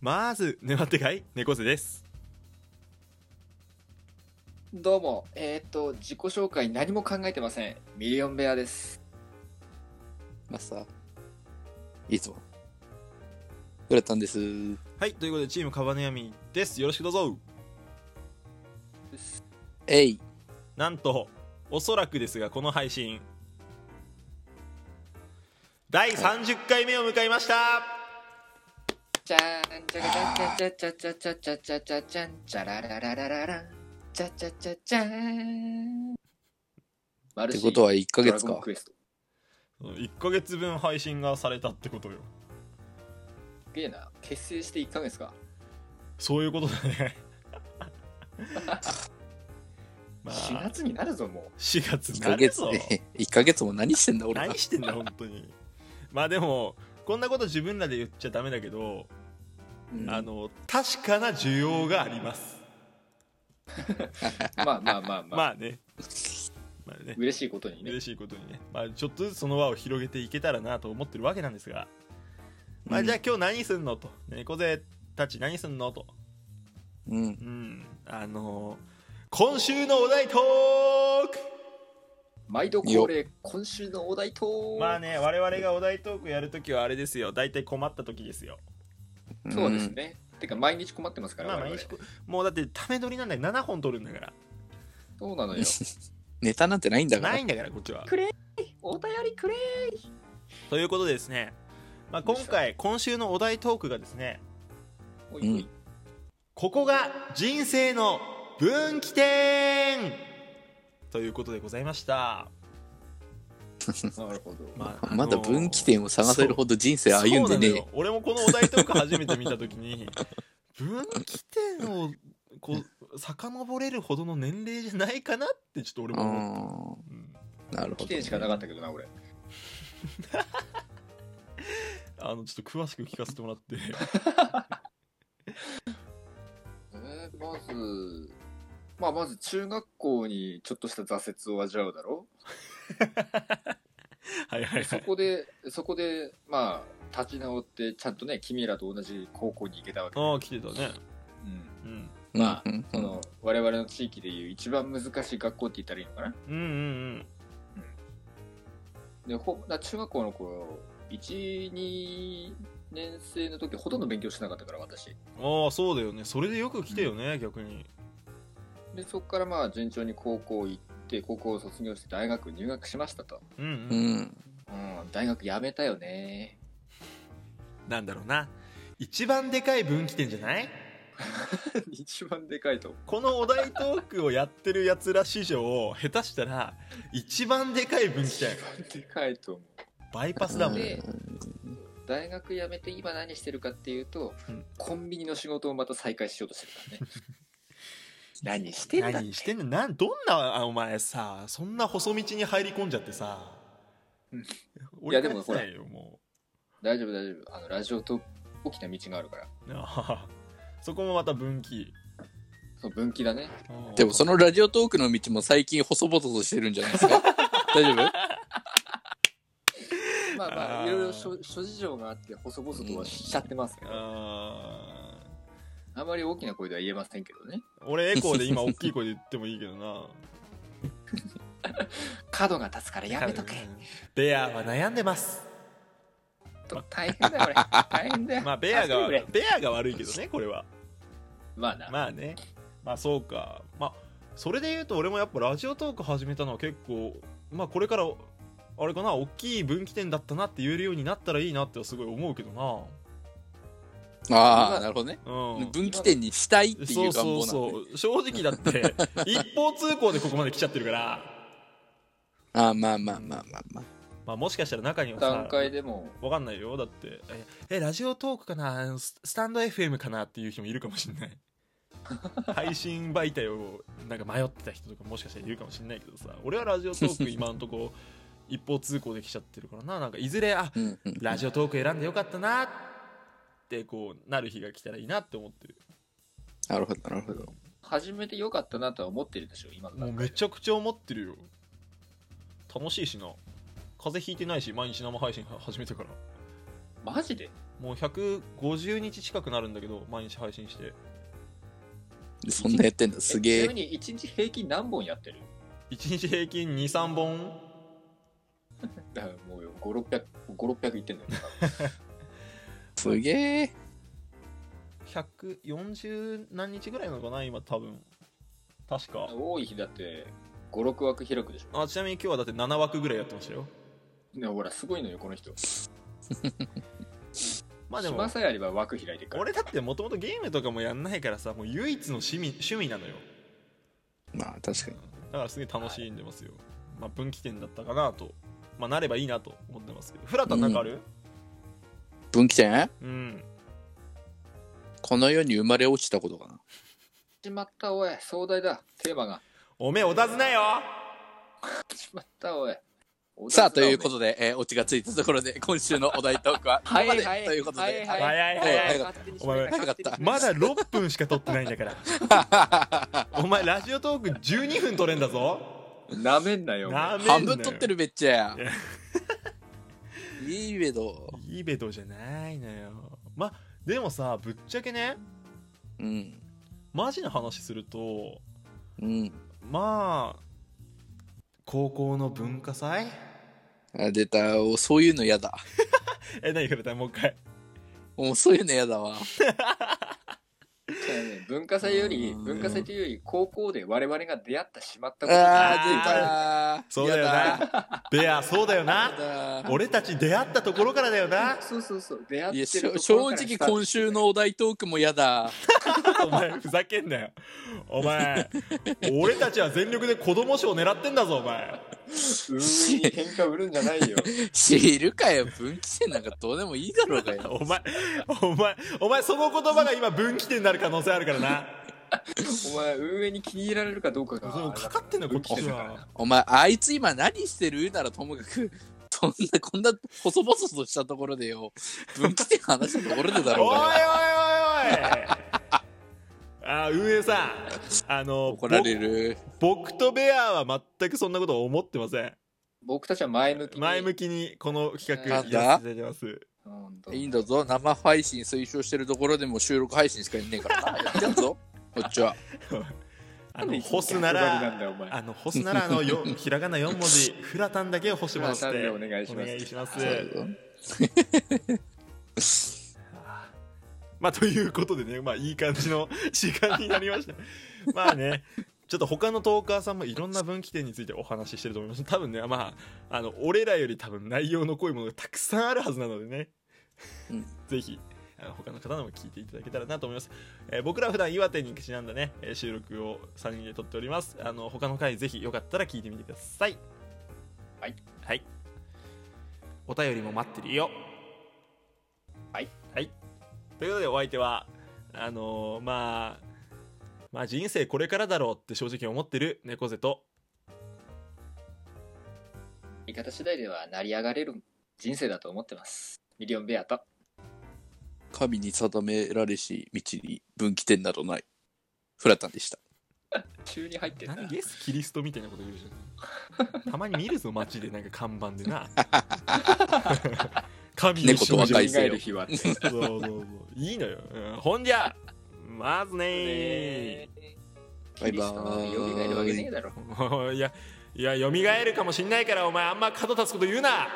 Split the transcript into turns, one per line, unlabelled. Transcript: まず、粘ってかい猫背です。
どうも、えー、っと、自己紹介何も考えてません。ミリオンベアです。
マスター。いつも。グラタンです。
はい、ということで、チームカバネヤミです。よろしくどうぞ。
えい。
なんと、おそらくですが、この配信、第30回目を迎えました。
じゃーん、じゃがじゃんじゃじゃじゃじゃじゃじゃじゃん、じゃららららららん、じゃじゃじゃじゃーん。マ
っ
ル
て
シー
ことは1ヶ月
ドラゴ
か
ン。クエスト。
1ヶ月分配信がされたってことよ。
すげえな。結成して1ヶ月か。
そういうことだ ね。ま
4
あ、
月になるぞ、も
4月
1
に
ヶ
なる
月
ぞ。
で。1ヶ月も何してんだ俺は
何。してんだ、本当に。まあでも、こんなこと自分らで言っちゃダメだけど、
うん
あの、確かな需要があります。
う。まあまあまあまあ。
まあね。まあね。
嬉しいことにね。
嬉しいことにね、まあ、ちょっとずつその輪を広げていけたらなと思ってるわけなんですが、まあ、
うん
じゃあ今日何すんのと猫背たち何すんのと
うん。
うんあのー今週のお題トー
毎度恒例、今週のお題と、
クまあね我々がお題トークやるときはあれですよ大体困ったときですよ
そうですね。てか、毎日困ってますから、
まあ
我
毎
々
日もうだってため取りなんだよ7本取るんだから
そうな のよ。
うん。ネタなんてないんだから。
ないんだからこっちは
くれお便りくれ
ということでですね、まあ、今回今週のお題トークがですね
おいおい、
ここが人生の分岐点ということでござざいました、
なるほど。
まあ
まだ分岐点を探せるほど人生歩んで
そうなの
ね
よ俺もこのお題とか初めて見た時に 分岐点をこう遡れるほどの年齢じゃないかなってちょっと俺
え。う
も思った
ん。
うん
なる
起
ほどね
点しかなかったけどな、俺。
あのちょっと詳しく聞かせてもらって
えーまず、まあ、まず中学校にちょっとした挫折を味わうだろ
はい はいは
そ
い
こで、そこで、まあ、立ち直って、ちゃんとね、君らと同じ高校に行けたわけ。
ああ来てたね
うん。
うん
まあ
うん
その、我々の地域でいう一番難しい学校って言ったらいいのかな
うんうん
で、ほ、だ中学校の頃、1、2年生の時、ほとんど勉強してなかったから、私。
うんああそうだよねそれでよく来てよね、逆に
で、そこからまあ、順調に高校行って、高校を卒業して大学入学しましたと。
うんうん、
うん。
うん、大学辞めたよね。
なんだろうな一番でかい分岐点じゃない
一番でかいと。
このお題トークをやってるやつら史上下手したら一番でかい分岐
一
点
番でかいと思う。
バイパスだもん
で大学辞めて今何してるかっていうと、
うん
コンビニの仕事をまた再開しようとしてるからね 何してんだ
何してんのなんどんなあお前さそんな細道に入り込んじゃってさ
うん
俺
いやでも
帰ってないよも
大丈夫大丈夫あのラジオと大きな道があるから
うああそこもまた分岐
その分岐だね
でもそ
の
のラジオトークの道も最近細々としてるんじゃないですか大丈夫
まあま
あ
あ
ー
いろいろ諸諸事情があって細々とはしちゃってますけど、
あ
あまり大きな声では言えませんけどね
ー俺エコーで今大きい声で言ってもいいけどな
角が立つから やめとけ
ベアは悩んでます
と大変だ よこれ大変だよ
まあベアが
助けてく
ベアが悪いけどねこれは
れまあ な、
まあねまあそうかまあそれで言うと俺もやっぱラジオトーク始めたのは結構まあこれからあれかな大きい分岐点だったなって言えるようになったらいいなってはすごい思うけど
ああ、なるほどね。
なうん
分岐点にしたいってい
そうう
願
そ
望
う
なのね。
そう正直だって一方通行でここまで来ちゃってるから、
ああ、まあまあまあまあまあ。
まあ、もしかしたら中にはさ
段階でも
わかんないよだってええラジオトークかなススタンド FM かなっていう人もいるかもしん ない配信媒体をなんか迷ってた人とかもしかしたらいるかもしんないけどさ俺はラジオトーク今んとこ 一方通行できちゃってるからななんかいずれあ
うんうん
ラジオトーク選んでよかったなってこうなる日が来たらいいなって思ってる
なるほど、なるほど。
始めてよかったなとは思ってるでしょ今の
もう
段
め
階で
ちゃくちゃ思ってるよ楽しいしな風邪ひいてないし毎日生配信は始めてから
マジで
もう150日近くなるんだけど毎日配信して
そんなやってんだ。すげ
ち
え
なみ。に1日平均何本やってる
1日平均23本
だからもうよ5600、5600いってんだよ。
すげえ。
140何日ぐらいなのかな今多分確か
多い日だって5、6枠開くでしょ。
あちなみに今日はだって7枠ぐらいやってましたよ
ねほら、すごいのよ、この人。
まあでも
暇さえあれば枠開いてるから。
俺だってもともとゲームとかもやんないからさもう唯一の趣味趣味なのよ
まあ確かに。
だからすげえ楽しんでますよ、まあ分岐点だったかなとまあなればいいなと思ってますけどフラタンなんかある
分岐点
うん、
この世に生まれ落ちたことかな。
しまった、おい。壮大だ。テーマが。
おめえお尋ね よ
しまった、おい。
さあ、ということで、えー、オチがついたところで、今週のお題トークは、ここ
は
ま
い
で
はい
ということで、
はい
早い
早い
お前
早かった
まだ6分しか撮ってないんだから お前ラジオトーク12分撮れんだぞ
なめんなよ。
なめんなよ
半分取ってるめっちゃ
いや。
いいけど。
いいベドじゃないのよまあでもさぶっちゃけね
うん。
マジな話すると
うん。
まあ高校の文化祭
あ、出た。おそういうの嫌だ。
え何古田もう一回
もうそういうの嫌だわ。
そうだね 文化祭より
うん
文化祭というより高校で我々が出会ってしまったことが
ああ、出た。
そうだよなでやそうだよ
嫌
な
だ。
俺たち出会ったところからだよな
そうそうそう出
い
会
や、
っ
して
る
ょ
とこ
正
ろから
直今週のお題トークも嫌だ。
お前ふざけんなよお前俺たちは全力で子供賞を狙ってんだぞお前
うーいに喧嘩売るんじゃないよ
知るかよ、分岐点なんかどうでもいいだろうがよ。
お前お前お前その言葉が今分岐点になる可能性あるからな
お前運営に気に入られるかどうかが
それもうかかってんのこっちは
お前、あいつ今何してるならともかく、 そんな、こんな、細々としたところでよ、分岐点話したところでだ
おい
ろ
お
う
いおいおい
がよ。
あー運営さんあの
怒られる。
僕僕とベアは全くそんなこと思ってません
僕たちは前向きに
前向きにこの企画や
な
んだ
らせていただきます
うんと
いいんだぞ、生配信推奨してるところでも収録配信しかいねえからな。やってやんぞ、こっちは。
あ
なん
の
でいつも
干すな
逆張りなん
ら
だよお前
あの干すならあのよひらがな4文字フラタンだけを干してもらって
フラタンでお願いします
お願いします
そ
まあということでねまあいい感じ の時間になりましたまあねちょっと他のトーカーさんもいろんな分岐点についてお話ししてると思います多分ねまああの俺らより多分内容の濃いものがたくさんあるはずなのでね、
うん
ぜひあの他の方のも聞いていただけたらなと思いますえー僕ら普段岩手にちなんだね、えー収録を3人で撮っておりますあの他の回ぜひよかったら聞いてみてください
はい、
はい、お便りも待ってるよ
はい、
はい、ということでお相手はあのーまあまあ人生これからだろうって正直思ってる猫背と
言い方次第では成り上がれる人生だと思ってますミリオンベアと
神に定められし道に分岐点などない。フラタンでした。
中に入ってん
な
だ
んでイエスキリストみたいなこと言うじゃんたまに見るぞ街で なんか看板でな神に
猫
信
と
じ
若
る
い
蘇る日はって
そうそうそういいのよ、うん、ほんじゃまずねー
バ
キ
イバーイ
リストなんて蘇るわけねえだ ろ
もういやいや蘇るかもしんないからお前あんま角立つこと言うな